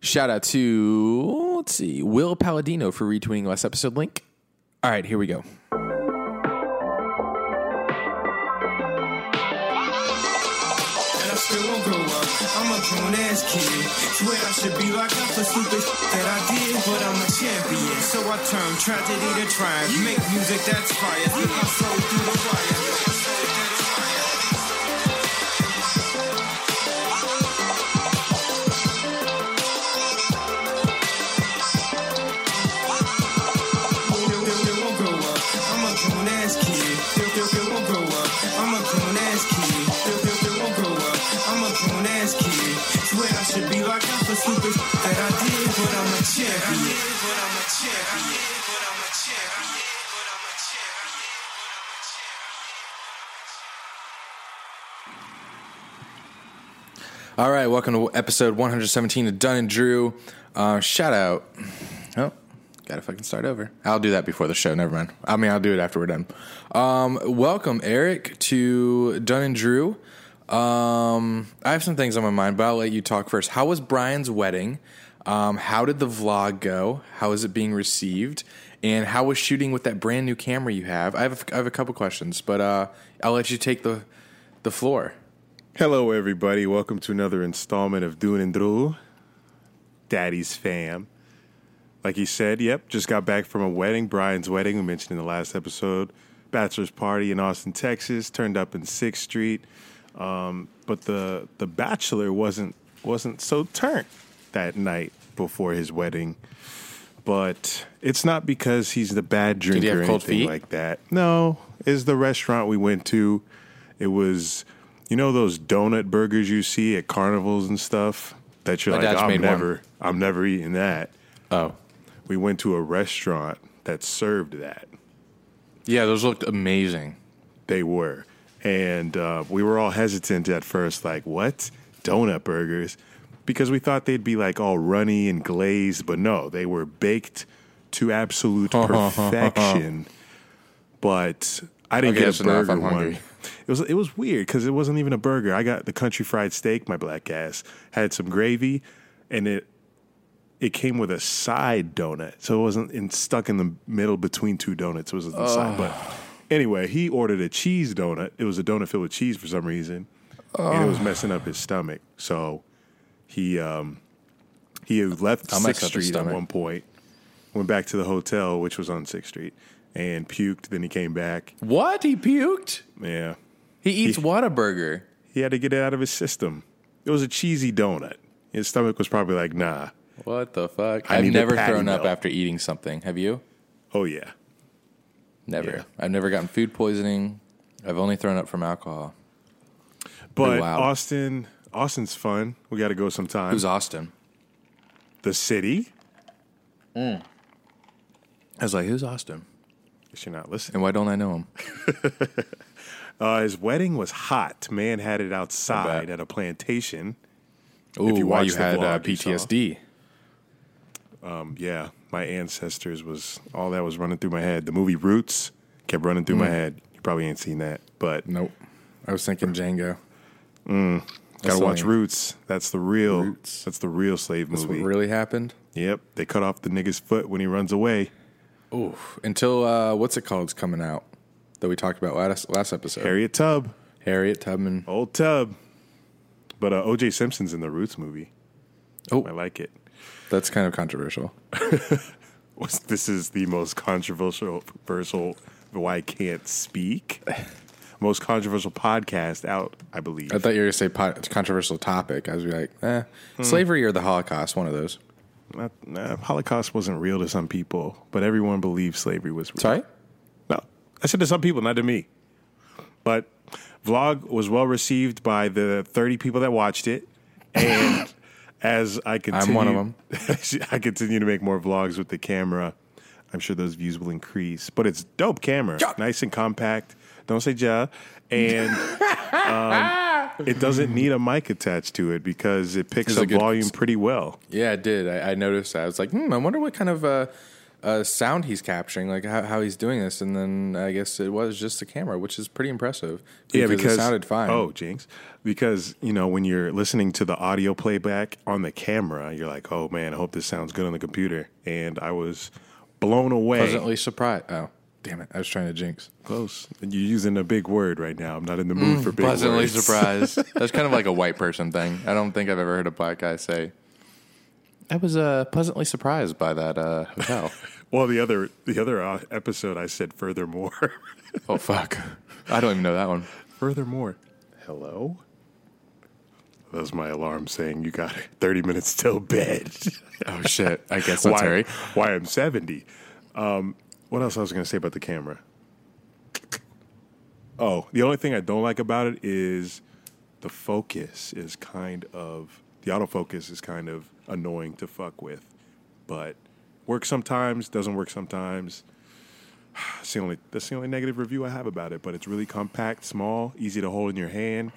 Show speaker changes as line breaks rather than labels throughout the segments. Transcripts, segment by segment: Shout out to, let's see, Will Palladino for retweeting last episode link. All right, here we go.
and I still won't grow up. I'm a grown ass kid. Swear I should be locked up for stupid shit that I did, but I'm a champion. So I turn tragedy to triumph. Make music that's fire. Put my soul through the wire. Still- still- still won't grow up. I'm a grown ass kid. Still- still- still won't grow up. I'm a grown ass kid. Still- still- still won't grow up. I'm a grown ass kid. Swear I should be locked up for stupid shit that I did, but I'm a champion. But I'm a champion. But I'm a champion. But I'm a champion. But I'm a champion.
All right, welcome to episode 117 of Dunn and Drew. Uh, shout out. Oh, gotta fucking start over. I'll do that before the show. Never mind. I mean, I'll do it after we're done. Um, welcome, Eric, to Dunn and Drew. Um, I have some things on my mind, but I'll let you talk first. How was Brian's wedding? Um, how did the vlog go? How is it being received? And how was shooting with that brand new camera you have? I have a, I have a couple questions, but uh, I'll let you take the the floor.
Hello, everybody. Welcome to another installment of Dune and Drew, Daddy's Fam. Like he said, yep, just got back from a wedding, Brian's wedding, we mentioned in the last episode. Bachelor's party in Austin, Texas, turned up in 6th Street. Um, but the the bachelor wasn't wasn't so turnt that night before his wedding. But it's not because he's the bad drinker
he have
or
cold
anything
feet?
like like that. No, is the restaurant we went to. It was, you know, those donut burgers you see at carnivals and stuff that you're
My
like,
dad's
I'm
made one.
never, I'm never eating that.
Oh,
We went to a restaurant that served that.
Yeah, those looked amazing.
They were, and uh, we were all hesitant at first, like, what donut burgers? Because we thought they'd be like all runny and glazed, but no, they were baked to absolute perfection. but I didn't
Okay,
get
that's
a
enough.
burger
I'm hungry.
one. It was it was weird because it wasn't even a burger. I got the country fried steak. My black ass had some gravy, and it it came with a side donut, so it wasn't in, stuck in the middle between two donuts. It was on the side. But anyway, he ordered a cheese donut. It was a donut filled with cheese for some reason, and
Oh.
it was messing up his stomach. So he um, he had left
I'll mess
Sixth
up his
Street at
stomach.
one point, went back to the hotel, which was on Sixth Street, and puked. Then he came back.
What? He puked?
Yeah,
He eats Whataburger.
he had to get it out of his system. It was a cheesy donut. His stomach was probably like, nah.
What the fuck?
I
I've
need a
never
patty
thrown up
melt.
after eating something. Have you?
Oh yeah.
Never.
Yeah.
I've never gotten food poisoning. I've only thrown up from alcohol.
But
wow.
Austin, Austin's fun. We got to go sometime.
Who's Austin?
the city.
I was like, who's Austin?
Guess you're not listening.
And why don't I know him?
Uh, his wedding was hot. Man had it outside at a plantation.
Ooh,
you
why
watch
you
the
had uh,
vlog, you saw.
PTSD.
Um, yeah, my ancestors was all that was running through my head. The movie Roots kept running through
Mm.
my head. You probably ain't seen that, but
Nope. I was thinking Django.
gotta watch
something.
Roots. That's the real.
Roots.
That's the real slave
That's what
movie.
really happened.
yep, they cut off the nigga's foot when he runs away.
Oof. Until, uh, what's it called? It's coming out that we talked about last, last episode.
Harriet Tub,
Harriet Tubman.
old Tub. But uh, O.J. Simpson's in the Roots movie. I
Oh,
like it.
that's kind of controversial.
was- this is the most controversial controversial why I can't speak most controversial podcast out I believe
I thought you were going to say po- controversial topic. I was like, eh,
Hmm.
slavery or the Holocaust, one of those.
Not- nah, Holocaust wasn't real to some people but everyone believed slavery was real
Sorry?
no I said to some people not to me but vlog was well received by the 30 people that watched it and as I continue
one of 'em.
I continue to make more vlogs with the camera I'm sure those views will increase but it's dope camera
Yeah.
nice and compact don't say ja and um, it doesn't need a mic attached to it because it picks
It's a
up
good-
volume pretty well.
Yeah, I did. I, I noticed that. I was like, hmm, I wonder what kind of uh, uh, sound he's capturing, like how, how he's doing this, and then I guess it was just the camera, which is pretty impressive. it sounded fine.
Oh, jinx! Because you know when you're listening to the audio playback on the camera, you're like, "Oh man, I hope this sounds good on the computer." And I was blown away.
pleasantly surprised. Oh, damn it! I was trying to jinx.
Close. You're using a big word right now. I'm not in the mood for big
Mm, pleasantly
words.
surprised. That's kind of like a white person thing. I don't think I've ever heard a black guy say. I was uh, pleasantly surprised by that uh, hotel.
Well, the other the other uh, episode, I said, "Furthermore,
oh fuck! I don't even know that one.
furthermore." Hello. That was my alarm saying you got 30 minutes till bed.
Oh shit! I guess that's
why,
Harry.
why I'm 70. Um, what else I was going to say about the camera? Oh, the only thing I don't like about it is the focus is kind of the autofocus is kind of annoying to fuck with, but works sometimes, doesn't work sometimes. That's the only that's the only negative review I have about it, but it's really compact, small, easy to hold in your hand,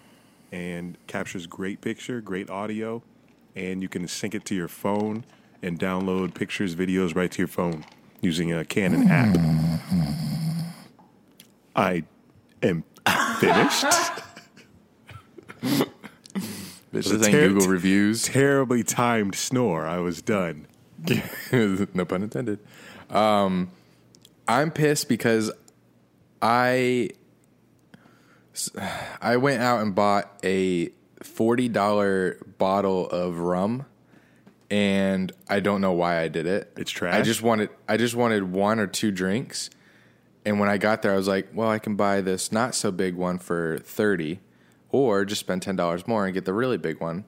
and captures great picture, great audio, and you can sync it to your phone and download pictures, videos right to your phone using a Canon app. I am finished.
Bitch,
a
this ain't
ter-
Google reviews.
Terribly timed snore. I was done.
no pun intended. Um, I'm pissed because I I went out and bought a forty dollar bottle of rum, and I don't know why I did it.
It's trash?
I just wanted I just wanted one or two drinks, and when I got there, I was like, well, I can buy this not so big one for thirty, or just spend ten dollars more and get the really big one.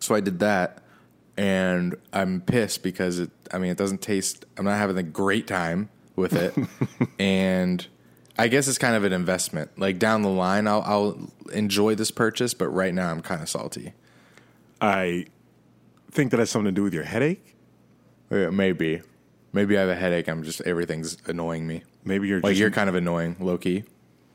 So I did that, and I'm pissed because it. I mean, it doesn't taste. I'm not having a great time with it, and I guess it's kind of an investment. Like down the line, I'll, I'll enjoy this purchase, but right now I'm kind of salty.
I think that has something to do with your headache.
Yeah, maybe, maybe I have a headache. I'm just everything's annoying me.
Maybe you're
Like
just,
you're kind of annoying, low key.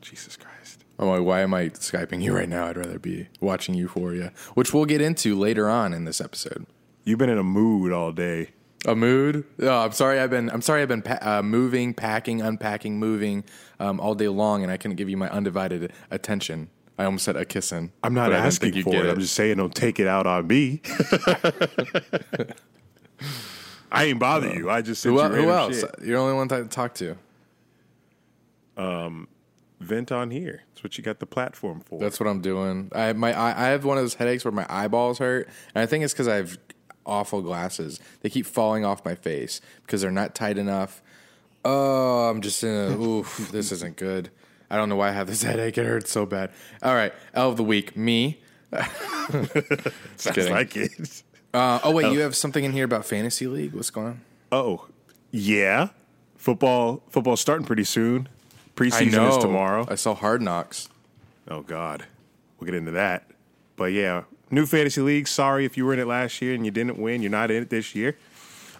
Jesus Christ.
I'm like, why am I skyping you right now? I'd rather be watching Euphoria, which we'll get into later on in this episode.
You've been in a mood all day.
A mood. Oh, I'm sorry. I've been. I'm sorry. I've been pa- uh, moving, packing, unpacking, moving um, all day long, and I couldn't give you my undivided attention. I almost said a kissing.
I'm not
but I didn't
asking
think you'd
for
get
it. I'm just saying, don't take it out on me. I ain't bother you. I just said
who,
you
el- who
random
else?
shit.
You're the only one to talk to.
Vent on here. That's what you got the platform for.
That's what I'm doing. I my I, I have one of those headaches where my eyeballs hurt, and I think it's because I have awful glasses. They keep falling off my face because they're not tight enough. Oh, I'm just in a oof. This isn't good. I don't know why I have this headache. It hurts so bad. All right, L of the week, me.
Sounds
kidding.
like it.
Uh, oh wait, you have something in here about fantasy league. What's going on?
Oh, yeah. Football. Football starting pretty soon. Preseason is tomorrow.
I saw Hard Knocks.
Oh God, we'll get into that. But yeah, new fantasy league. Sorry if you were in it last year and you didn't win. You're not in it this year,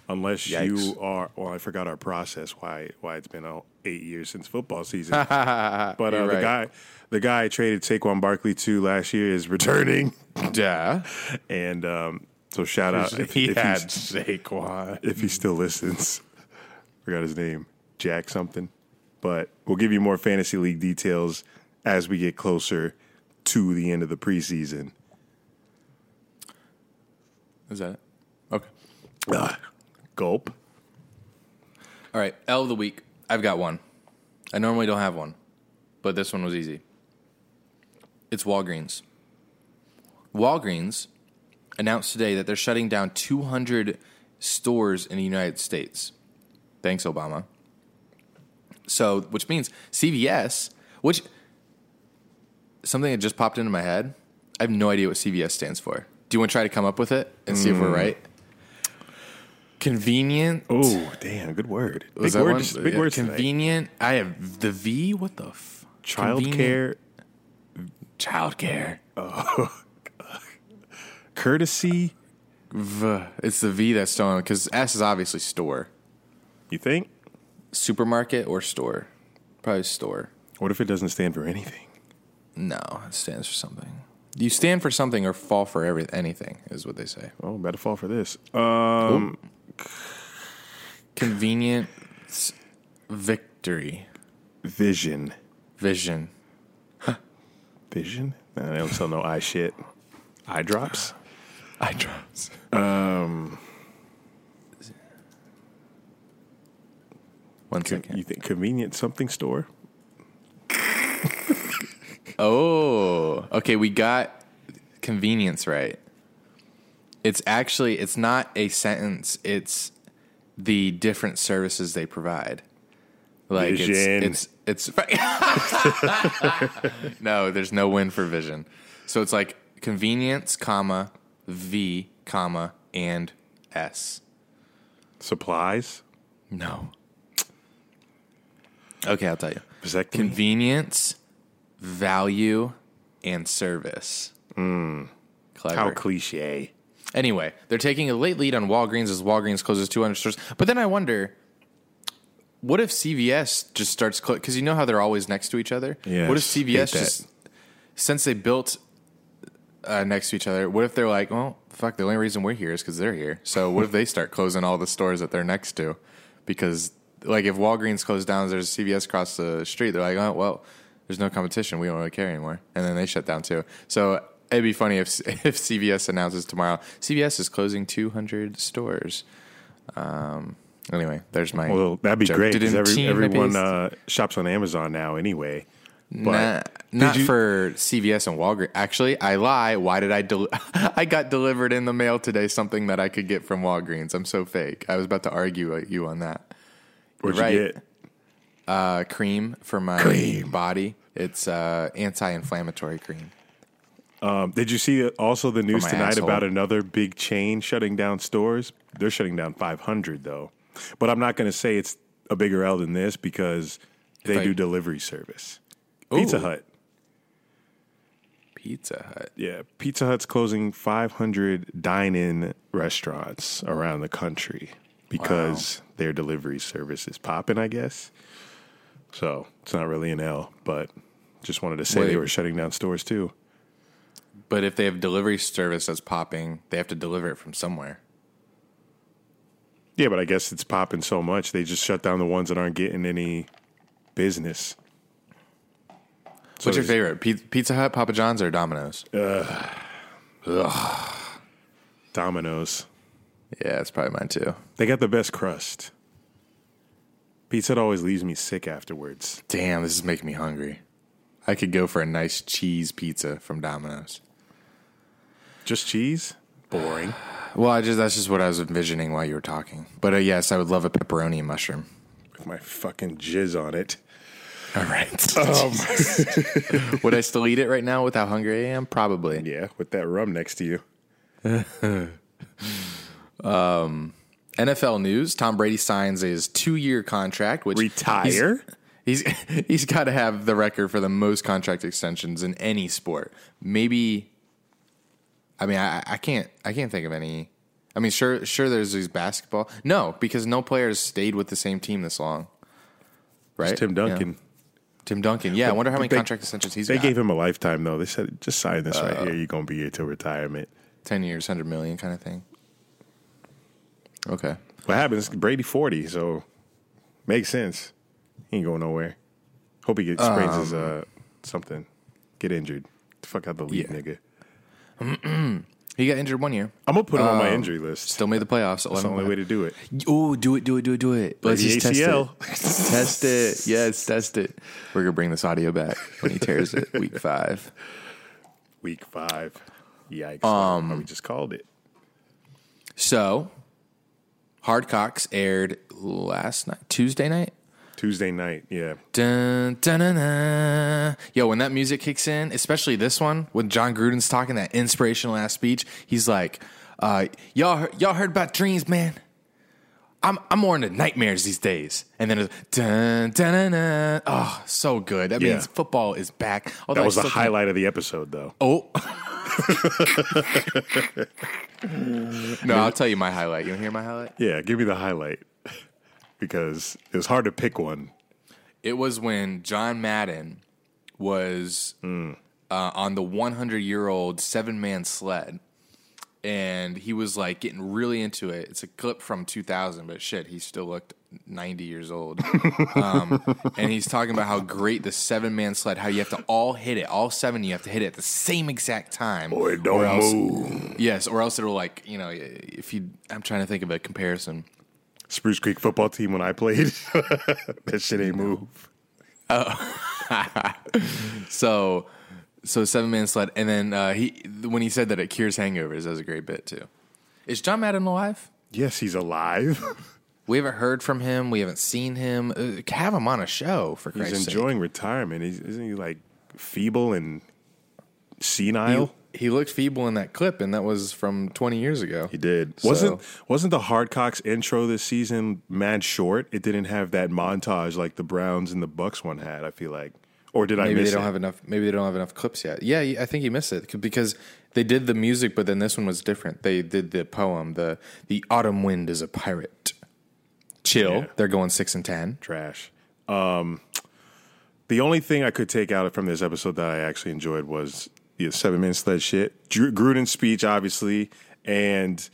unless you
Yikes.
are. Well, I forgot our process. Why? Why it's been all eight years since football season. but uh,
You're
the
right.
guy, the guy I traded Saquon Barkley to last year is returning,
Yeah,
and um, so shout out if,
Uh, he
if
had
he's-
Saquon.
if he still listens. Forgot his name, Jack something. But we'll give you more fantasy league details as we get closer to the end of the preseason.
Is that it? Okay.
Ah, gulp.
All right, L of the week. I've got one. I normally don't have one, but this one was easy. It's Walgreens. Walgreens announced today that they're shutting down 200 stores in the United States. Thanks, Obama. So, which means CVS, which something that just popped into my head. I have no idea what CVS stands for. Do you want to try to come up with it and see if we're right? Convenient.
Oh, damn, good word.
Was
big
that
words.
one?
Big
Yeah,
words. tonight.
Convenient. I have the V. What the f?
Child
Convenient.
care,
Childcare.
courtesy.
V. It's the V that's stolen because S is obviously store,
You think?
supermarket or store. Probably store.
What if it doesn't stand for anything?
No, it stands for something. You stand for something or fall for
Uh,
every, anything is what they say.
Oh, better fall for this. Um,
Convenient s- victory
Vision.
vision.
Vision? Nah, I don't sell no eye shit. Eye drops?
Eye drops.
Um,
One
con-
second.
you think convenient something store?
Oh, okay. We got convenience right. It's actually it's not a sentence. It's the different services they provide. Like
Vision.
it's it's it's no. There's no win for vision. So it's like convenience, comma V, comma and S.
Supplies?
No. Okay, I'll tell you.
Vasectomy?
Convenience, value, and service. Clever.
Hmm. How cliche.
Anyway, they're taking a late lead on Walgreens as Walgreens closes 200 stores. But then I wonder, what if CVS just starts because you know how they're always next to each other.
Yes,
What if CVS
hate that.
just since they built uh, next to each other? What if they're like, well, fuck, the only reason we're here is because they're here. So what if they start closing all the stores that they're next to? Because like if Walgreens closed down, there's a CVS across the street. They're like, oh well, there's no competition. We don't really care anymore. And then they shut down too. So. It'd be funny if if CVS announces tomorrow CVS is closing 200 stores. Um, anyway, there's my
Well, that'd be
joke.
great because every,
Didn't
everyone
team-
uh, shops on Amazon now anyway.
Nah,
But
not
Did you-
for CVS and Walgreens. Actually, I lie. Why did I? Del- I got delivered in the mail today something that I could get from Walgreens. I'm so fake. I was about to argue with you on that.
what'd
right.
you get?
Uh, cream for my body. It's uh, anti-inflammatory cream.
Um, did you see also the news
my
tonight
asshole.
about another big chain shutting down stores? They're shutting down 500 though, but I'm not going to say it's a bigger L than this because they
I-
do delivery service. Pizza
Ooh.
Hut,
Pizza Hut.
yeah, Pizza Hut's closing 500 dine-in restaurants around the country because their delivery service is popping, I guess. So it's not really an L, but just wanted to say
Wait.
they were shutting down stores too.
But if they have delivery service that's popping, they have to deliver it from somewhere.
Yeah, but I guess it's popping so much they just shut down the ones that aren't getting any business. So
What's your
there's-
favorite? Pi- Pizza Hut, Papa John's, or Domino's?
Domino's.
Yeah, it's probably mine too.
They got the best crust. Pizza Hut always leaves me sick afterwards.
Damn, this is making me hungry. I could go for a nice cheese pizza from Domino's.
Just cheese? Boring.
Well, I just that's just what I was envisioning while you were talking. But uh, yes, I would love a pepperoni and mushroom.
With my fucking jizz on it.
All right. would I still eat it right now with how hungry I am? Probably.
Yeah, with that rum next to you.
NFL news: Tom Brady signs his two-year contract, which
Retire?
He's he's, he's got to have the record for the most contract extensions in any sport. Maybe. I mean, I, I can't I can't think of any. I mean, sure sure there's these basketball. No, because no player has stayed with the same team this long. Right,
Tim Duncan.
Yeah. Tim Duncan. Yeah, I wonder how many
they-
contract extensions he's
They
got.
gave him a lifetime though. They said just sign this right
Uh.
here. You're gonna be here till retirement.
Ten years, hundred million, kind of thing. Okay.
What happens? Brady forty, so makes sense. He ain't going nowhere. Hope he gets sprains his
Um,
uh something, get injured. Fuck out the league,
Yeah.
nigga.
He got injured one year.
I'm gonna put him on my
Um,
injury list.
Still made the playoffs.
That's the only way to do it.
Oh, do it, do it, do it, do it. Let's
Brady
just test it.
ACL.
test it. Yes, test it. We're gonna bring this audio back when he tears it week five.
Week five. Yikes! Um, we just called it.
So, Hardcocks aired last night, Tuesday night.
Tuesday night. Yeah,
Dun, dun, dun, dun. Yo, when that music kicks in, especially this one, when John Gruden's talking that inspirational ass speech, he's like, uh, "Y'all, heard, y'all heard about dreams, man? I'm, I'm more into nightmares these days." And then, it's, dun, dun, dun, dun. oh, so good. That
Yeah.
means football is back. Although
that
I
was the
still can't-
highlight of the episode, though.
Oh. Oh. no, I'll tell you my highlight. You want to hear my highlight?
Yeah, give me the highlight because it was hard to pick one.
It was when John Madden was uh, on the 100 year old seven man sled. and he was like getting really into it. It's a clip from 2000, but shit, he still looked 90 years old. um, and he's talking about how great the seven man sled, how you have to all hit it, all seven, you have to hit it at the same exact time.
Boy, don't
else-
move.
Yes, or else it'll like, you know, if you, I'm trying to think of a comparison.
Spruce Creek football team when I played. that shit ain't move.
So, so seven man sled, and then uh, he when he said that it cures hangovers, that was a great bit too. Is John Madden alive?
Yes, he's alive.
We haven't heard from him. We haven't seen him. Uh, have him on a show for
he's
Christ's sake.
enjoying retirement. He's, isn't he like feeble and senile?
He, he looked feeble in that clip, and that was from 20 years ago.
He did.
So-
Wasn't wasn't the Hardcocks intro this season mad short? It didn't have that montage like the Browns and the Bucks one had. I feel like, or did I
Maybe
miss
they don't
it?
have enough. Maybe they don't have enough clips yet. Yeah, I think you missed it c- because they did the music, but then this one was different. They did the poem. the The autumn wind is a pirate. Chill.
Yeah.
They're going six and ten.
trash. Um, the only thing I could take out from this episode that I actually enjoyed was the seven minute sled shit, Drew, Gruden's speech, obviously, and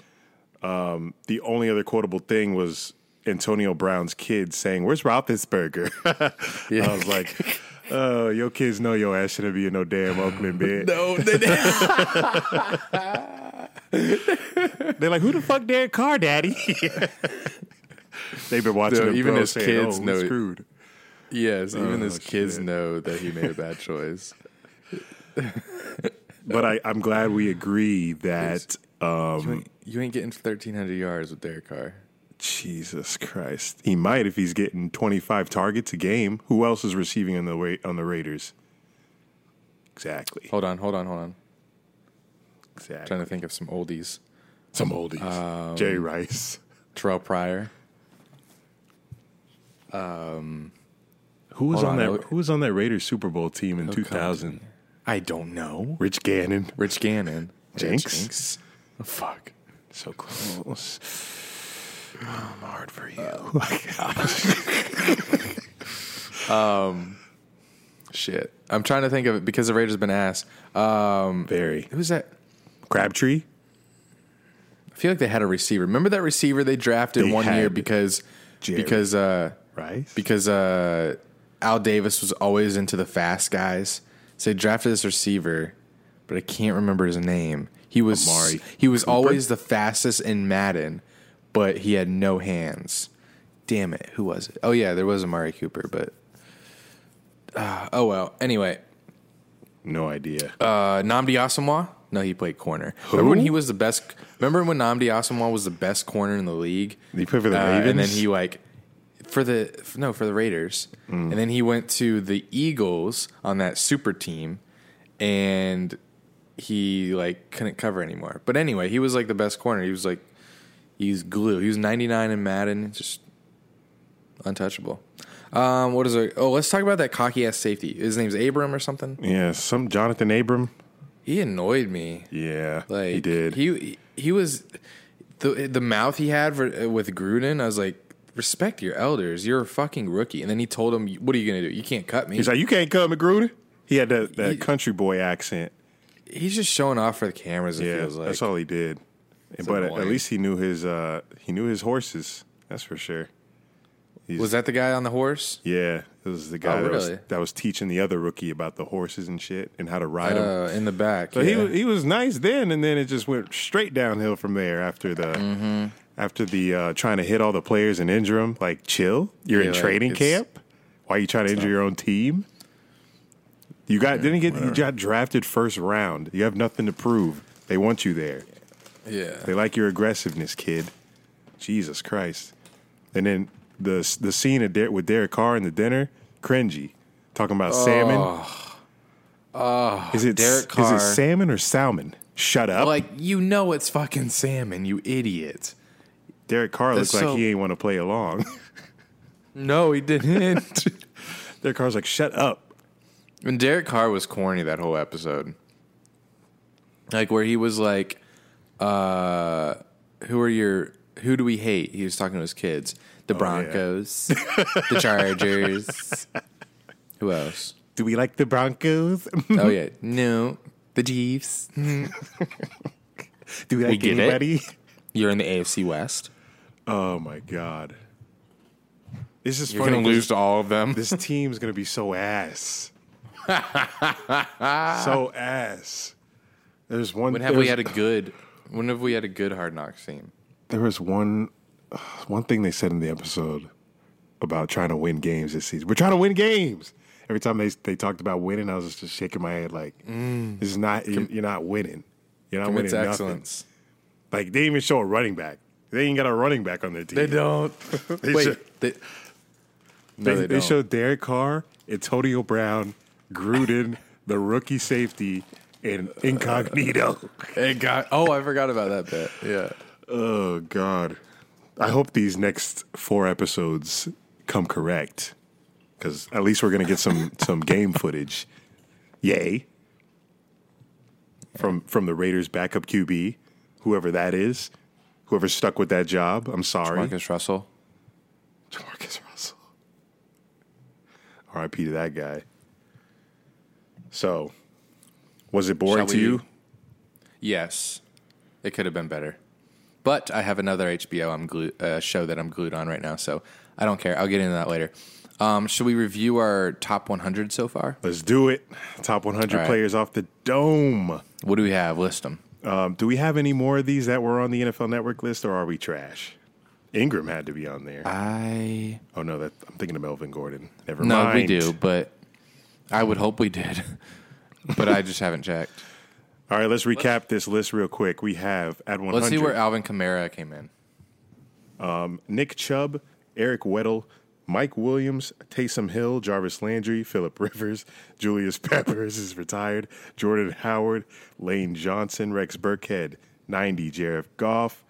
um, the only other quotable thing was Antonio Brown's kid saying, "Where's Roethlisberger?" I was like. Oh, your kids know your ass shouldn't be in no damn Oakland bed.
No, they did.
They're like, who the fuck Derek Carr, Daddy? They've been watching
Dude,
him
even
throw,
his
saying,
kids
oh, we
know-
screwed.
Yes, even his kids
shit.
know that he made a bad choice.
But I, I'm glad we agree that um,
you ain't getting 1,300 yards with Derek Carr.
Jesus Christ, he might if he's getting 25 targets a game. Who else is receiving on the Ra- on the Raiders? Exactly.
Hold on, hold on, hold on.
Exactly.
trying to think of some oldies.
Some oldies. Jerry Rice.
Terrell Pryor.
Who was
hold on,
on, that?
look-
Who was on that Raiders Super Bowl team in 2000?
I don't know.
Rich Gannon.
Rich Gannon.
Jinx?
Jinx. Oh, fuck.
So close. I'm hard for you. um,
Shit. I'm trying to think of it because the Raiders been asked. Um,
Very
who's that?
Crabtree.
I feel like they had a receiver. Remember that receiver they drafted
They
one year
had
because
Jerry.
because uh,
Rice.
because uh, Al Davis was always into the fast guys. So they drafted this receiver, but I can't remember his name. He was
Amari
he was always the fastest in Madden, but he had no hands. Damn it, who was it? Oh yeah, there was Amari Cooper, but uh, oh well. Anyway,
no idea.
uh, Namdi Asamoah? No, he played corner. Remember when he was the best? Remember when Namdi Asamoah was the best corner in the league?
uh, He played for the
Uh, and then
Ravens?
he like for the no for the Raiders,
Mm.
and then he went to the Eagles on that super team, and he like couldn't cover anymore. But anyway, he was like the best corner. He was like he's glue. He was ninety nine in Madden, just untouchable. Um, what is it? Oh, let's talk about that cocky ass safety. His name's Abram or something.
yeah, some Jonathan Abram.
He annoyed me.
Yeah,
Like
he did.
He he was the the mouth he had for, with Gruden. I was like, respect your elders. You're a fucking rookie. And then he told him, "What are you gonna do? You can't cut me."
He's
He's,
like, you can't come, Gruden. He had that, that
He-
country boy accent.
just showing off for the cameras. It
Yeah,
feels like.
that's all he did. And- But at
annoying.
least he knew his uh, he knew his horses. That's for sure.
was that the guy on the horse?
Yeah, it was the guy
Oh,
that, was,
really?
that was teaching the other rookie about the horses and shit and how to ride them.
Uh, in the back.
So
yeah.
he wa- he was nice then, and then it just went straight downhill from there. After the
Mm-hmm.
after the uh, trying to hit all the players and injure them, like chill, you're
Yeah,
in
like,
training
it's-
camp. Why are you trying to injure your own team? You got didn't get you got drafted first round. You have nothing to prove. They want you there.
yeah.
They like your aggressiveness, kid. Jesus Christ! And then the the scene of Der- with Derek Carr in the dinner, cringy, talking about salmon. is it
Derek
Is
Carr.
it salmon or salmon? Shut up!
Like you know, it's fucking salmon. You idiot.
Derek Carr looks
That's
like
so-
he ain't want to play along.
No, he didn't.
Derek Carr's like, shut up.
And Derek Carr was corny that whole episode. Like where he was like, uh, who are your who do we hate? He was talking to his kids.
Oh,
The Broncos. the Chargers. Who else?
Do we like the Broncos?
Oh yeah. No. The Chiefs.
Do that
We get
game
it.
ready.
You're in the AFC West.
Oh my god. This is
You're
funny.
gonna
'cause
lose to all of them.
This team's gonna be so ass. so ass. There's one.
When
there
have we
was-
had a good? When have we had a good hard knocks team?
there was one uh, one thing they said in the episode about trying to win games this season. We're trying to win games. Every time they they talked about winning, I was just shaking my head like, "This is not you're, you're not winning. You're not
It's
winning
Mm. excellence.
nothing." Like they didn't even show a running back. They ain't got a running back on their team.
don't.
They
Wait.
should-
They,
They,
no, they,
they
don't.
showed Derek Carr, Antonio Brown, Gruden, the rookie safety, and Incognito.
It got. Oh, I forgot about that bit. Yeah.
Oh God! I hope these next four episodes come correct, because at least we're gonna get some some game footage. Yay! From from the Raiders' backup QB, whoever that is, whoever's stuck with that job. I'm sorry,
Marcus Russell.
Jamarcus Russell. R.I.P. to that guy. So, was it boring
Shall
to
we-
you?
Yes, it could have been better. But I have another HBO I'm glued, uh, show that I'm glued on right now, so I don't care. I'll get into that later. Um, should we review our top 100 so far?
Let's do it. Top 100
All right.
players off the dome.
What do we have? List them.
Um, do we have any more of these that were on the NFL Network list, or are we trash? Ingram had to be on there.
I
oh no, that I'm thinking of Melvin Gordon. Never
no,
mind.
we do, but I would hope we did, but I just haven't checked.
All right, let's recap this list real quick. We have at 100
Let's see where Alvin Kamara came in.
Nick Chubb, Eric Weddle, Mike Williams, Taysom Hill, Jarvis Landry, Philip Rivers, Julius Peppers is retired, Jordan Howard, Lane Johnson, Rex Burkhead, 90, Jared Goff,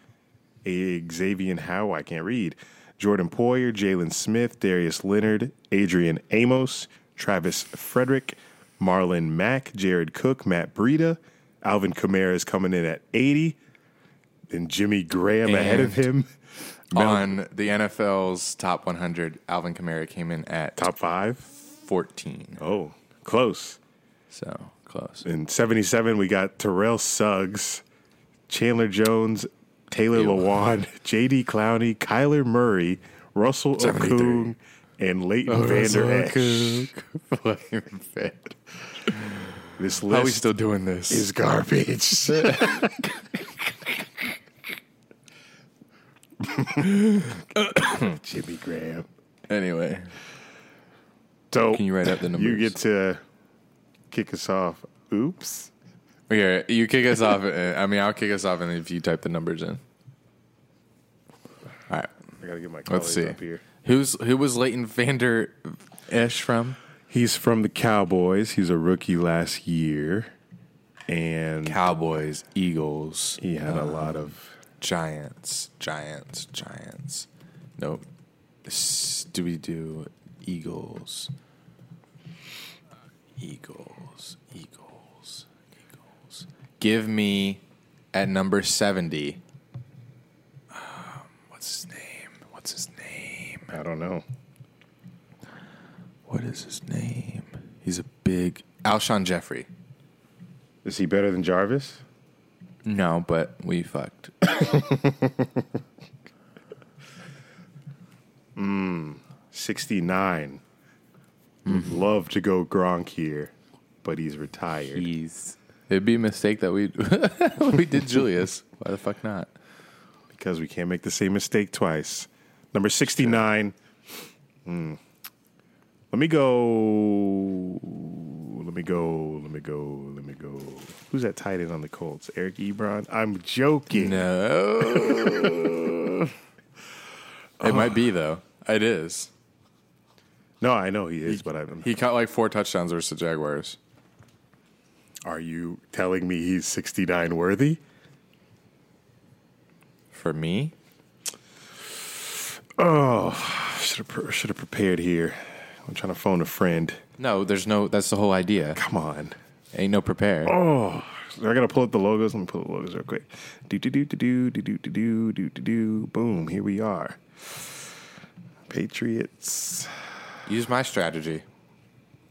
Xavier Howe, I can't read, Jordan Poyer, Jalen Smith, Darius Leonard, Adrian Amos, Travis Frederick, Marlon Mack, Jared Cook, Matt Breida, Alvin Kamara is coming in at 80, and Jimmy Graham ahead of
And-
him.
On the NFL's top 100, Alvin Kamara came in at
Top five.
14.
Oh, close.
So close.
In 77, we got Terrell Suggs, Chandler Jones, Taylor
Ew.
Lewan, J.D. Clowney, Kyler Murray, Russell
73.
Okung, and Leighton
Oh,
Vander Esch.
Fucking fat.
This
How are we
list
still doing this?
is garbage. Jimmy Graham.
anyway,
So
can you write up the numbers?
you get to kick us off. Oops.
okay, you kick us off. uh, I mean, I'll kick us off, and if you type the numbers in. All right,
I gotta get my
let's
colleagues
see.
up here.
Who's who was Leighton Vander Esch from?
He's from the Cowboys. He's a rookie last year, and
Cowboys, Eagles,
he had a lot of.
Giants, Giants, Giants. Nope. S- Do we do Eagles? Eagles, Eagles, Eagles. Give me at number 70. Um, what's his name? What's his name?
I don't know.
What is his name? He's a big. Alshon Jeffrey.
Is he better than Jarvis?
No, but we fucked.
Sixty nine. Love to go Gronk here, but he's retired.
Jeez. It'd be a mistake that we we did Julius. Why the fuck not?
because we can't make the same mistake twice. Number 69. Hmm. Let me go. Let me go. Let me go. Let me go. Who's that tight end on the Colts? Eric Ebron? I'm joking.
No. it might be though. It is.
No, I know he is, but I'm.
He caught like four touchdowns versus the Jaguars.
Are you telling me he's 69 worthy?
For me,
Oh, Should have should have prepared here. I'm trying to phone a friend.
no. There's no. That's the whole idea.
Come on.
Ain't no prepare.
Oh, I gotta pull up the logos. Let me pull up the logos real quick. Do do do do do do do do do do do do. Boom! Here we are. Patriots,
Use my strategy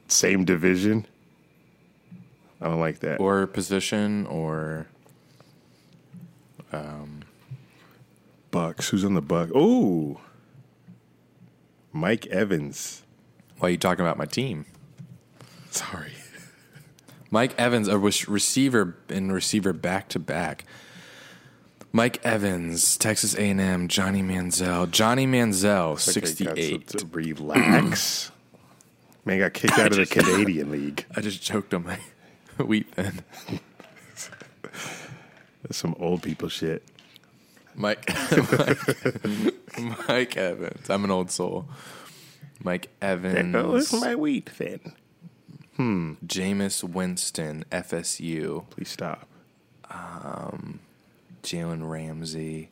same division. I don't like that.
or position or
Bucks. Who's on the Bucks? Oh, Mike Evans.
Why are you talking about my team?
Sorry.
Mike Evans, a wish- receiver and receiver back to back. Mike Evans, Texas A&M, Johnny Manziel, Johnny Manziel, sixty-eight.
Okay, guys, relax. Man got kicked out of the Canadian League.
I just choked on my wheat then.
That's some old people shit.
Mike, Mike, Mike Evans. I'm an old soul. Mike Evans,
wheat thin.
Jameis Winston, FSU,
Please stop.
Jalen Ramsey.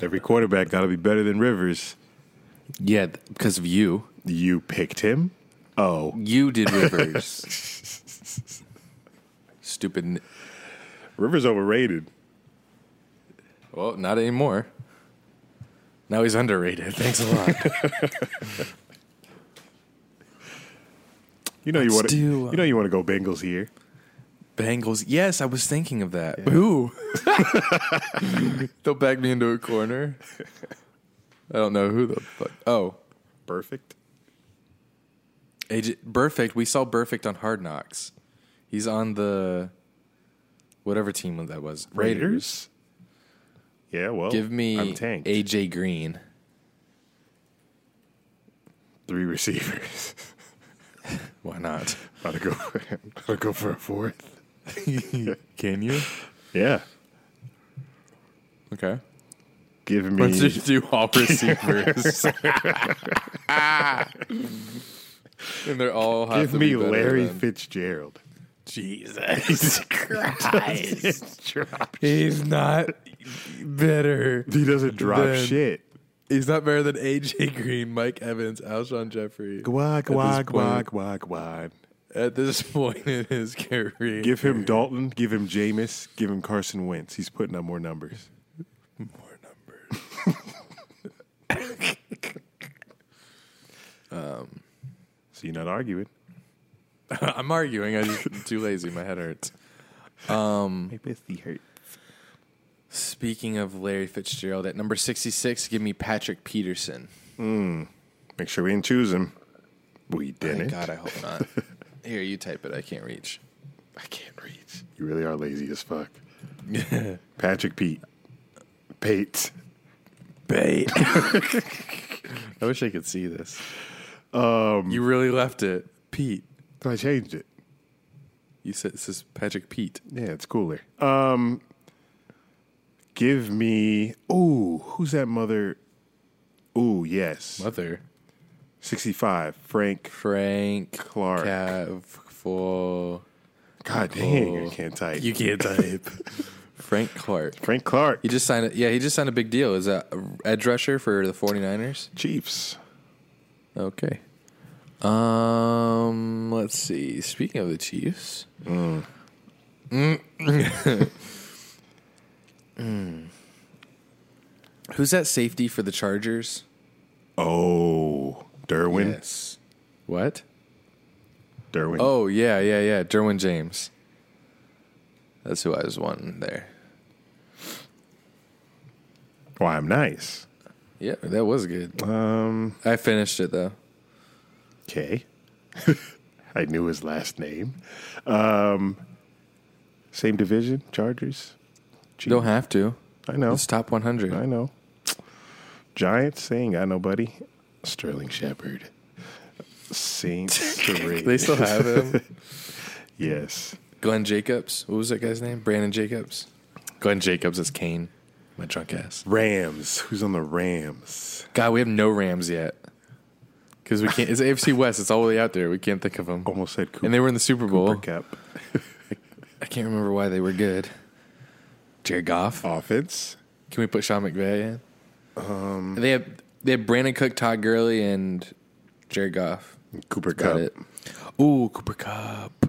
Every quarterback got to be better than Rivers.
Yeah, because of you.
You picked him. Oh,
You did Rivers. Stupid. n-
Rivers overrated.
Well, not anymore. Now he's underrated. Thanks a lot.
You know you
Let's
want to.
do, uh,
You know you want to go Bengals here.
Bengals. Yes, I was thinking of that. Who? they'll back me into a corner. I don't know who the fuck. Oh,
Perfect.
AJ Perfect. We saw Perfect on Hard Knocks. He's on the whatever team that was.
Raiders. Yeah. Well,
Give me
I'm tanked.
AJ Green.
Three receivers.
Why not?
About to go. About to go for a fourth.
Can you?
Yeah.
Okay.
Give me.
Let's just do all receivers. and they're all have
Give
to be
me
better
Larry
than-
Fitzgerald.
Jesus Christ.
Drop-
He's not better.
he doesn't drop
Then-
shit.
He's not better than AJ Green, Mike Evans, Alshon Jeffrey.
Guac, guac, guac,
point-
guac, guac.
At this point in his career,
Give him Dalton. Give him Jameis. Give him Carson Wentz. He's putting up more numbers.
more numbers. um,
So you're not arguing.
I'm arguing. I just I'm too lazy. My head hurts. Um,
My pussy hurt.
Speaking of Larry Fitzgerald, at number 66, give me Patrick Peterson.
Make sure we didn't choose him. We didn't.
Thank God, I hope not. Here, you type it. I can't reach.
I can't read. You really are lazy as fuck. Patrick Pete. Pate.
Bait. I wish I could see this. Um, you really left it, Pete.
I changed it.
You said this is Patrick Pete.
Yeah, it's cooler. Um, give me. Ooh, who's that mother? Ooh, yes,
Mother
sixty-five. Frank.
Frank
Clark.
Cav for
God dang, I can't type.
can't type. Frank Clark.
Frank Clark.
He just signed. A, yeah, he just signed a big deal. Is that a edge rusher for the 49ers?
Chiefs.
Okay. Um, let's see. Speaking of the Chiefs, Mm. Mm. who's that safety for the Chargers?
Oh, Derwin.
Yes. What?
Derwin.
Oh yeah, yeah, yeah. Derwin James. That's who I was wanting there.
why I'm nice.
Yeah, that was good. Um, I finished it though.
Okay. I knew his last name. Um, same division, Chargers. Chiefs.
Don't have to.
I know.
It's top 100.
I know. Giants, they ain't got nobody. Sterling Shepard. Saints.
They still have him.
yes.
Glenn Jacobs. What was that guy's name? Brandon Jacobs. Glenn Jacobs is Kane. My drunk ass.
Rams. Who's on the Rams?
God, we have no Rams yet. Because we can't. It's AFC West. It's all the way out there. We can't think of them.
Almost said Cooper,
And they were in the Super Bowl.
Cup.
I can't remember why they were good. Jared Goff.
Offense.
Can we put Sean McVay in? Um, they have they have Brandon Cook, Todd Gurley, and Jared Goff.
Cooper
Got
Cup.
it. Ooh, Cooper Cup.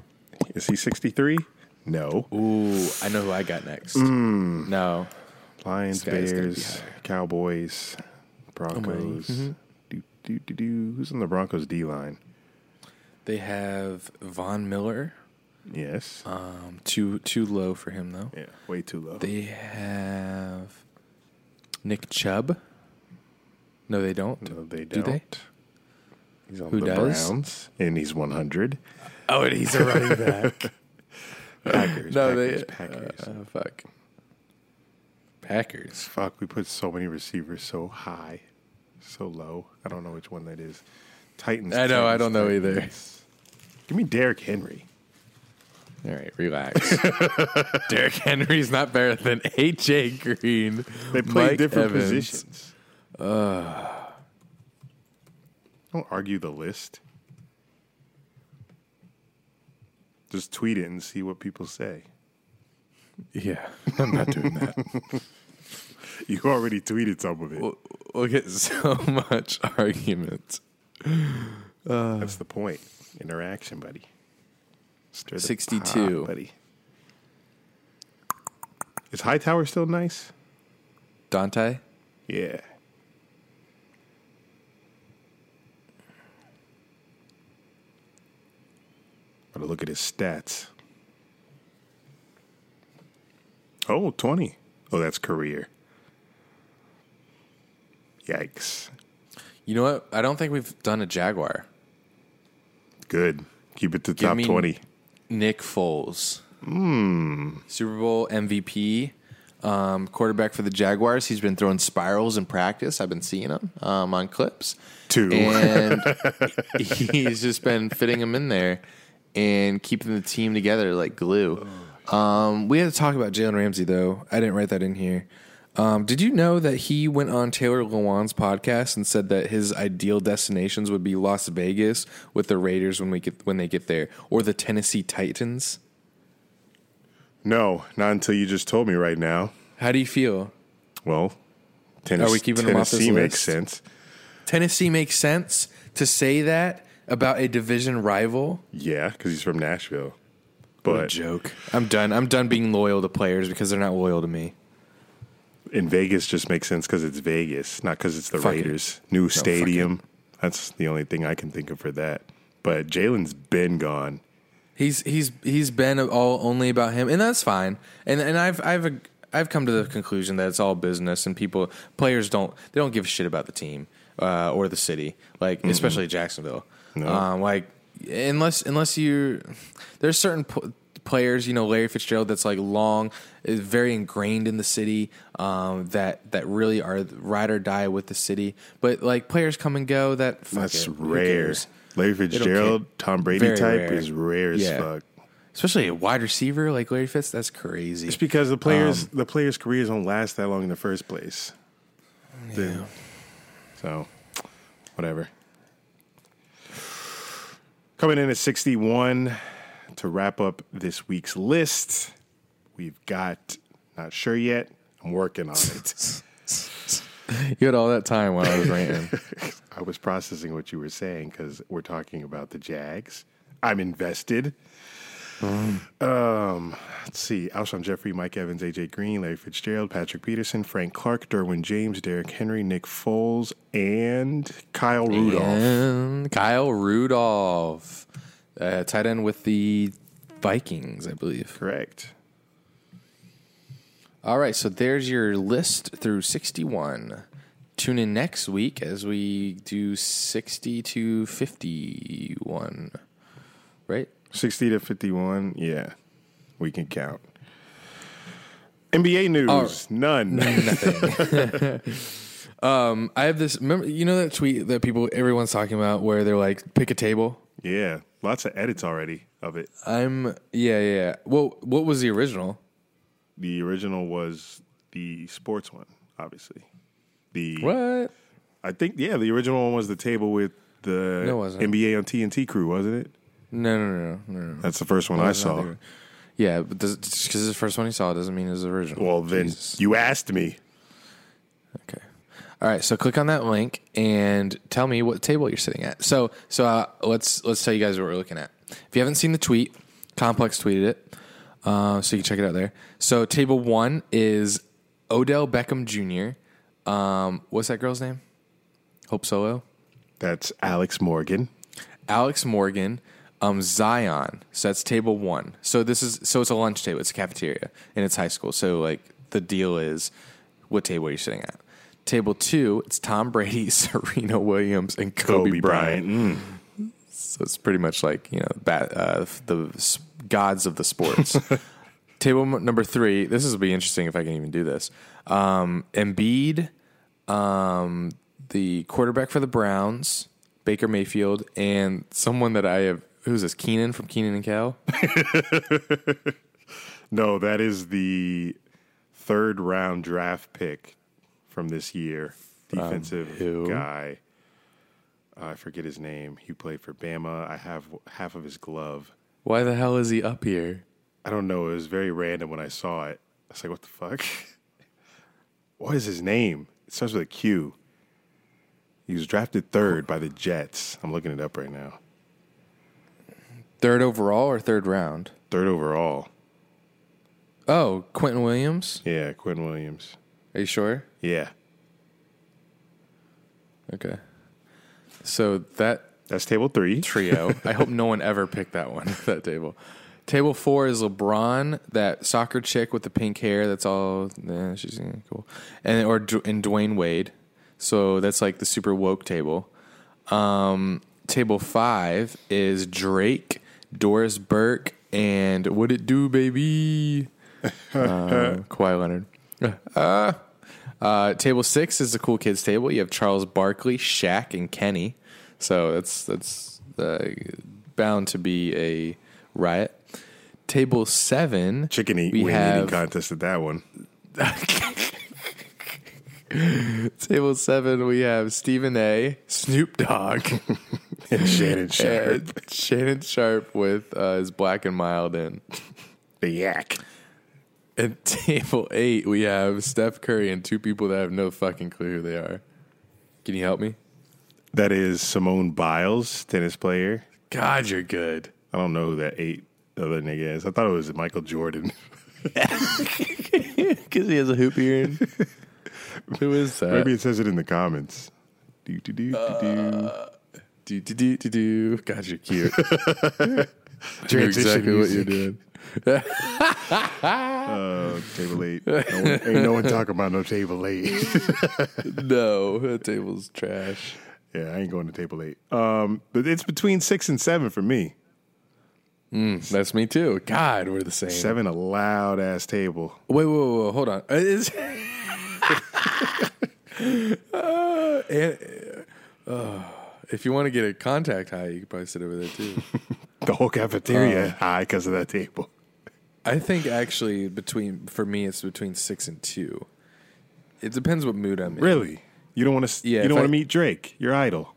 Is he 63? No.
Ooh, I know who I got next. No,
Lions,
This guy is gonna be higher.
Bears,
Oh Mm-hmm.
Cowboys, Broncos. Do, do, do, do. Who's on the Broncos D line?
They have Von Miller.
Yes.
Um, too too low for him though.
yeah. Way too low.
They have Nick Chubb. No, they don't.
no, they
do
don't.
they?
He's on
Who
the
does?
Browns, and he's 100.
Oh, and he's a running back.
Packers.
no,
Packers,
they.
Packers.
Uh, uh, fuck. Packers.
Fuck, we put so many receivers so high, so low. I don't know which one that is. Titans.
I know, I
Titans,
don't know either.
Titans. Give me Derrick Henry.
All right, relax. Derrick Henry's not better than AJ Green.
They play
Mike
different
Evans.
positions. Don't argue the list. Just tweet it and see what people say.
Yeah, I'm not doing that.
You already tweeted some of it.
we'll, we'll get so much argument.
That's the point. Interaction, buddy. Stir the
62.
pot, buddy. Is Hightower still nice?
Dante,
Yeah. Gotta look at his stats. Oh, 20. Oh, that's career. Yikes.
you know what? I don't think we've done a Jaguar.
Good. Keep it to
Give
top
me-
20.
Nick Foles, Super Bowl MVP, um, quarterback for the Jaguars. He's been throwing spirals in practice. I've been seeing him um, on clips.
Two.
and he's just been fitting them in there and keeping the team together like glue. Um, we had to talk about Jalen Ramsey though. I didn't write that in here. Um, did you know that he went on Taylor Lewan's podcast and said that his ideal destinations would be Las Vegas with the Raiders when we get when they get there, or the Tennessee Titans?
No, not until you just told me right now.
How do you feel?
Well, Tennessee,
we keeping him off this
Tennessee makes
list?
sense.
Tennessee makes sense to say that about a division rival.
Yeah, because he's from Nashville.
What a
But
joke. I'm done. I'm done being loyal to players because they're not loyal to me.
in Vegas just makes sense because it's Vegas, not because it's the
Fuck it.
Raiders. New stadium. That's the only thing I can think of for that. But Jalen's been gone.
He's he's he's been all only about him, and that's fine. And and I've I've ag- I've come to the conclusion that it's all business, and people players don't they don't give a shit about the team uh, or the city, like especially Jacksonville.
Mm-hmm. No.
Um, like unless unless you there's certain p- players, you know Larry Fitzgerald, that's like long, is very ingrained in the city, um, that that really are ride or die with the city. But like players come and go. That fuck
That's
it, who
rare.
cares?
Larry Fitzgerald,
care.
Tom Brady
Very
type
rare.
is rare as
Yeah.
fuck.
especially a wide receiver like Larry Fitz. That's crazy.
It's because the players the players' careers don't last that long in the first place. The- so, whatever. Coming in at 61 to wrap up this week's list, we've got not sure yet. I'm working on it.
You had all that time while I was ranting.
I was processing what you were saying because we're talking about the Jags. I'm invested. Um, let's see. Alshon Jeffrey, Mike Evans, AJ Green, Larry Fitzgerald, Patrick Peterson, Frank Clark, Derwin James, Derrick Henry, Nick Foles, and Kyle Rudolph.
and Kyle Rudolph, uh, tight end with the Vikings, I believe.
Correct.
All right, so there's your list through 61. Tune in next week as we do 60 to 51. Right?
60 to 51. Yeah. We can count. NBA news.
right.
None.
Um, I have this. Remember, you know that tweet that people, everyone's talking about, where they're like, "Pick a table."
yeah. Lots of edits already of it.
I'm, yeah, yeah. Well, what was the original?
The original was the sports one, obviously. The
What?
I think yeah, the original one was the table with the
No, it wasn't.
NBA on TNT crew, wasn't it?
No, no, no, no, no.
That's the first one I saw.
Another- Yeah, but does, just because it's the first one you saw doesn't mean it's the original.
Well, then
Jesus.
you asked me.
okay. All right, so click on that link and tell me what table you're sitting at. So, so uh, let's let's tell you guys what we're looking at. If you haven't seen the tweet, Complex tweeted it, uh, so you can check it out there. So, table one is Odell Beckham Jr. Um, what's that girl's name? Hope Solo.
That's Alex Morgan.
Alex Morgan, um, Zion. So that's table one. So this is so it's a lunch table. It's a cafeteria and it's high school. So like the deal is, what table are you sitting at? Table two, it's Tom Brady, Serena Williams, and Kobe, Bryant. Mm. So it's pretty much like you know bat, uh, the s- gods of the sports. Table m- number three. This will be interesting if I can even do this. Um, Embiid, um, the quarterback for the Browns, Baker Mayfield, and someone that I have. Who's this? Keenan from Keenan and Cal.
No, that is the third round draft pick from this year. Defensive
who?
guy. I forget his name. He played for Bama. I have half of his glove.
Why the hell is he up here?
I don't know. It was very random when I saw it. I was like, what the fuck? what is his name? It starts with a Q. He was drafted third by the Jets. I'm looking it up right now.
Third overall or third round?
Third overall.
Oh, Quentin Williams.
Yeah, Quinn Williams.
Are you sure?
Yeah.
Okay. So that
That's table three.
trio. I hope no one ever picked that one at that table. Table four is LeBron, that soccer chick with the pink hair. That's all. eh, she's eh, cool, and or Dw- and Dwayne Wade. So that's like the super woke table. Um, table five is Drake, Doris Burke, and What It Do, Baby, uh, Kawhi Leonard. Uh, table six is the cool kids table. You have Charles Barkley, Shaq, and Kenny. So that's that's uh, bound to be a riot. Table seven,
Chicken eat
We
wing eating
have-
contest at that one.
table seven. We have Stephen A, Snoop Dogg,
Shannon Sharp.
and Shannon Sharp with uh, his black and mild in.
The yak.
At table eight, we have Steph Curry and two people that I have no fucking clue who they are. Can you help me?
That is Simone Biles, tennis player.
God, you're good.
I don't know who that eight other nigga is. I thought it was Michael Jordan.
Because he has a hoop earring. Who is that?
Maybe it says it in the comments. Do, do, do, do, do.
Do, do, do, do, do. God, you're cute. I knew
Transition
exactly what you're
music.
doing.
Uh, table eight. No one, ain't no one talking about no table eight.
No, that table's trash.
yeah, I ain't going to table eight. Um, but it's between six and seven for me.
That's me too. God, we're the same.
Seven, a loud ass table.
Wait, wait, wait, wait, hold on. Uh, Is Uh, and- uh, if you want to get a contact high, you could probably sit over there too.
The whole
Uh,
cafeteria high because of that table.
I think actually, between for me, it's between six and two. It depends what mood I'm in.
Really? You don't want to?
Yeah,
you
if
don't want
I-
to meet Drake, your idol.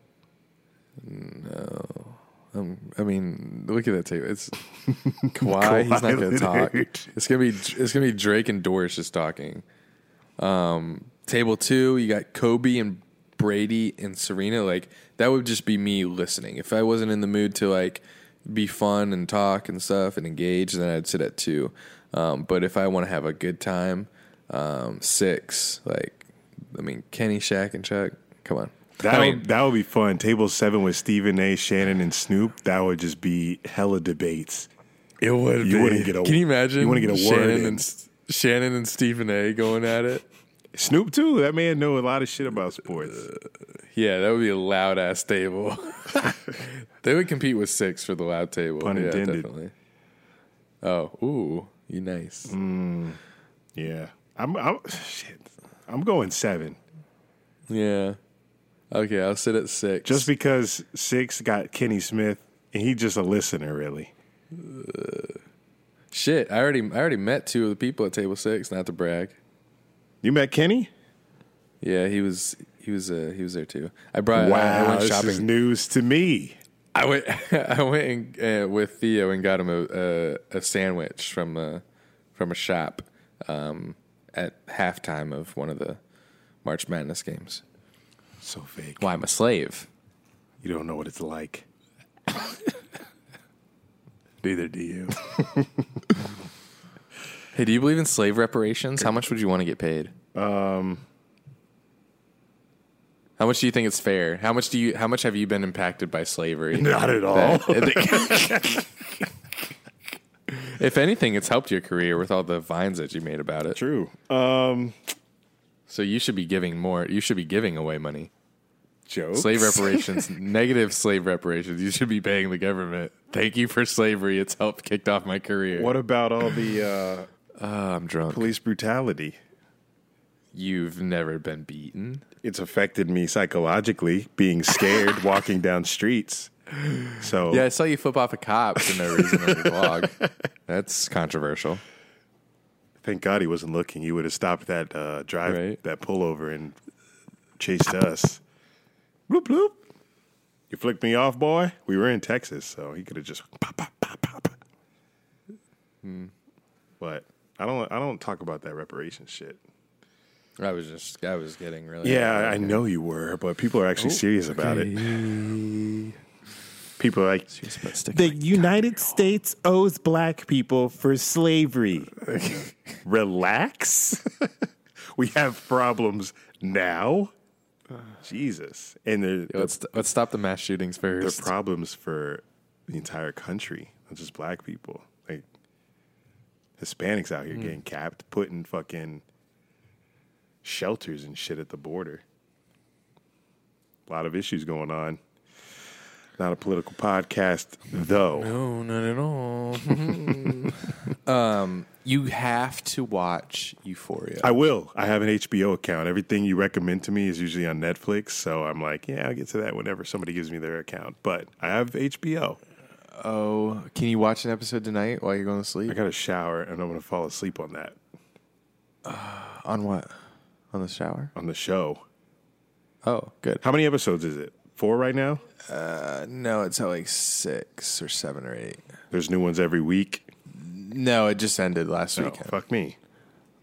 I mean, look at that table. It's Kawhi. he's not going to
Kawhi
talk.
Leonard.
It's gonna be it's gonna be Drake and Doris just talking. Um, table two, you got Kobe and Brady and Serena. Like that would just be me listening. If I wasn't in the mood to like be fun and talk and stuff and engage, then I'd sit at two. Um, but if I want to have a good time, um, six. Like, I mean, Kenny, Shaq, and Chuck. Come on.
That
I
would,
mean,
that would be fun. Table seven with Stephen A. Shannon and Snoop. That would just be hella debates.
It would.
You
be.
wouldn't get a-
Can you imagine?
you wouldn't get a word
Shannon
in.
and S- Shannon and Stephen A. going at it.
Snoop too. That man know a lot of shit about sports.
Uh. Yeah, that would be a loud ass table. they would compete with six for the loud table.
Pun
yeah,
intended.
definitely. Oh, ooh, you nice.
Yeah, I'm. I'm shit. I'm going seven
Yeah. Okay, I'll sit at six.
just because six got Kenny Smith and he's just a listener really.
shit. I already I already met two of the people at table six. Not to brag.
You met Kenny?
Yeah, he was he was uh, he was there too. I
Uh,
brought I, I
wow,
went
this
shopping.
is news to me.
I went. I went and, uh, with Theo and got him a, a, a sandwich from a from a shop um, at halftime of one of the March Madness games.
So fake.
Why I'm a slave?
You don't know what it's like. Neither do you.
Hey, do you believe in slave reparations? How much would you want to get paid? How much do you think it's fair? How much do you? How much have you been impacted by slavery?
Not at all.
That- if anything, it's helped your career with all the vines that you made about it.
True. Um,
So you should be giving more. You should be giving away money.
jokes.
Slave reparations, negative slave reparations. You should be paying the government. Thank you for slavery. It's helped kicked off my career.
What about all the uh,
I'm drunk.
police brutality?
You've never been beaten.
It's affected me psychologically, being scared walking down streets. So
Yeah, I saw you flip off a cop for no reason on your vlog. That's controversial.
thank God he wasn't looking. He would have stopped that uh, drive,
Right.
that pullover, and chased us. Bloop bloop. You flicked me off, boy. We were in Texas, so he could have just pop pop pop pop. Hmm. But I don't. I don't talk about that reparation shit.
I was just, I was getting really.
Yeah, I know Oh, you were, but people are actually serious about it. People are like Oh
The United States owes black people for slavery.
relax. we have problems now. Jesus, and they're, they're,
Let's let's stop the mass shootings
they're
first.
problems for the entire country, not just black people. Like Hispanics out
Hmm.
here getting capped, put in fucking shelters and shit at the border. A lot of issues going on. Not a political podcast, though.
no, not at all. um, you have to watch Euphoria.
I will. I have an HBO account. Everything you recommend to me is usually on Netflix, so I'm like, yeah, I'll get to that whenever somebody gives me their account. But I have HBO.
oh, can you watch an episode tonight while you're going to
I
sleep?
got a shower, and I'm gonna fall asleep on that
On what? On the shower?
on the show.
Oh, good.
How many episodes is it? Four right now.
No, it's at like six or seven or eight.
There's new ones every week.
No, it just ended last
No,
weekend.
fuck me.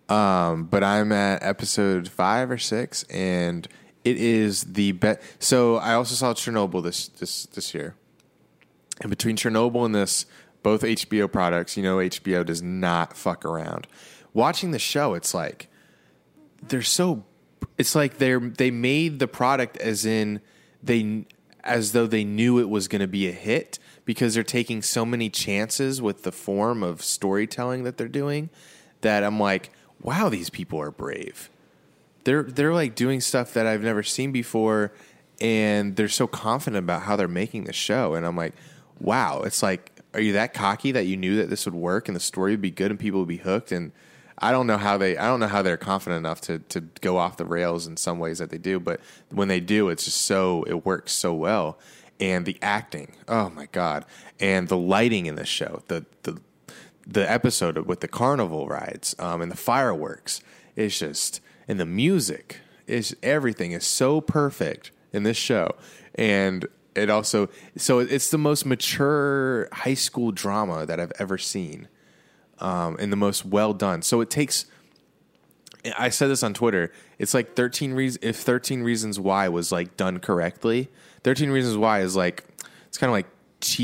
but I'm at episode five or six, and it is the best. So I also saw Chernobyl this this this year, and between Chernobyl and this, both HBO products, you know, HBO does not fuck around. Watching the show, it's like they're so. It's like they're they made the product as in they as though they knew it was going to be a hit because they're taking so many chances with the form of storytelling that they're doing that I'm like, wow, these people are brave. They're they're like doing stuff that I've never seen before, and they're so confident about how they're making the show, and I'm like, wow, it's like, are you that cocky that you knew that this would work and the story would be good and people would be hooked and I don't know how they I don't know how they're confident enough to to go off the rails in some ways that they do, but when they do, it's just so it works so well. And the acting, oh my god, and the lighting in this show, the the the episode with the carnival rides um, and the fireworks. It's just and the music is everything is so perfect in this show, and it also so it's the most mature high school drama that I've ever seen, um, and the most well done. So it takes. I said this on Twitter. It's like thirteen reasons. If thirteen reasons why was like done correctly, thirteen reasons why is like it's kind of like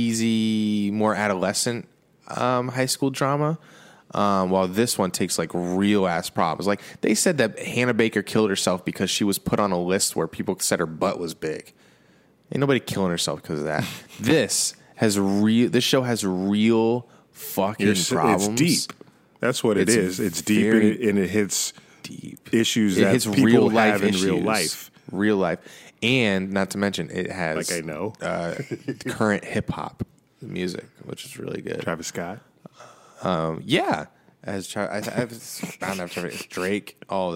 cheesy, more adolescent um, high school drama. Um, while this one takes like real ass problems. Like they said that Hannah Baker killed herself because she was put on a list where people said her butt was big. Ain't nobody killing herself because of that. this has real. This show has real fucking
It's-
problems.
It's deep. That's what it's
It's
It's deep and
very
it, and it hits
Deep.
issues
it
that
hits
people
real life
have
issues.
in real life.
real life, and not to mention it has
Like I know
uh, current hip hop music, which is really good.
Travis Scott.
Um, yeah, as Tra- I, I, I've, I don't know, Travis Drake, all of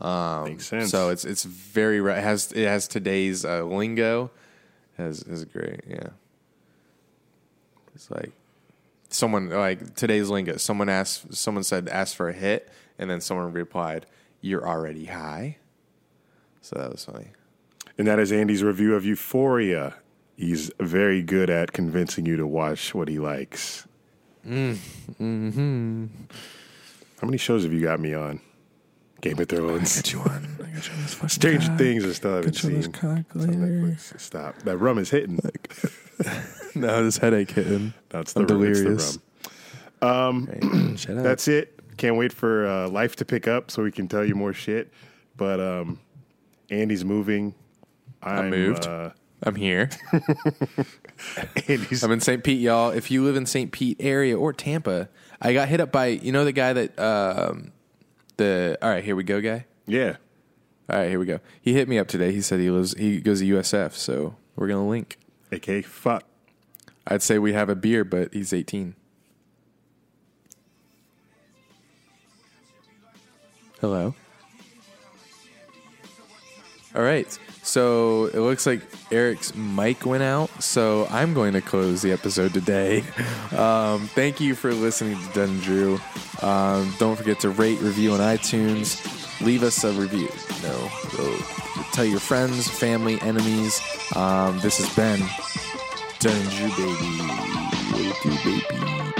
that.
Makes sense.
So it's it's very re- it has it has today's uh, lingo, has is great. Yeah, it's like someone like today's lingo. Someone asked, someone said, asked for a hit, and then someone replied, "You're already high." So that was funny.
And that is Andy's review of Euphoria. He's very good at convincing you to watch what he likes. Mm. Mm-hmm. How many shows have you got me on? Game of Thrones, Stranger Things, and stuff I haven't seen. It's on Netflix. Stop. That rum is hitting.
No, this headache hitting.
That's the,
I'm
rum. It's
delirious.
the rum.
Um,
That's it. Can't wait for uh, life to pick up so we can tell you more shit. But um, Andy's moving. I'm,
moved.
Uh,
I'm here.
Andy's
I'm in St. Pete, y'all. If you live in St. Pete area or Tampa, I got hit up by you know the guy that um, the all right here we go guy.
yeah.
All right here we go. He hit me up today. He said he lives he goes to USF, so we're gonna link.
Okay, fuck.
I'd say we have a beer, but he's 18. Hello. All right. So it looks like Eric's mic went out. So I'm going to close the episode today. Um, thank you for listening to Dun and Drew. Um, don't forget to rate, review on iTunes. Leave us a review. No, go tell your friends, family, enemies. Um, this has been Dungeon Baby. Wake you, baby.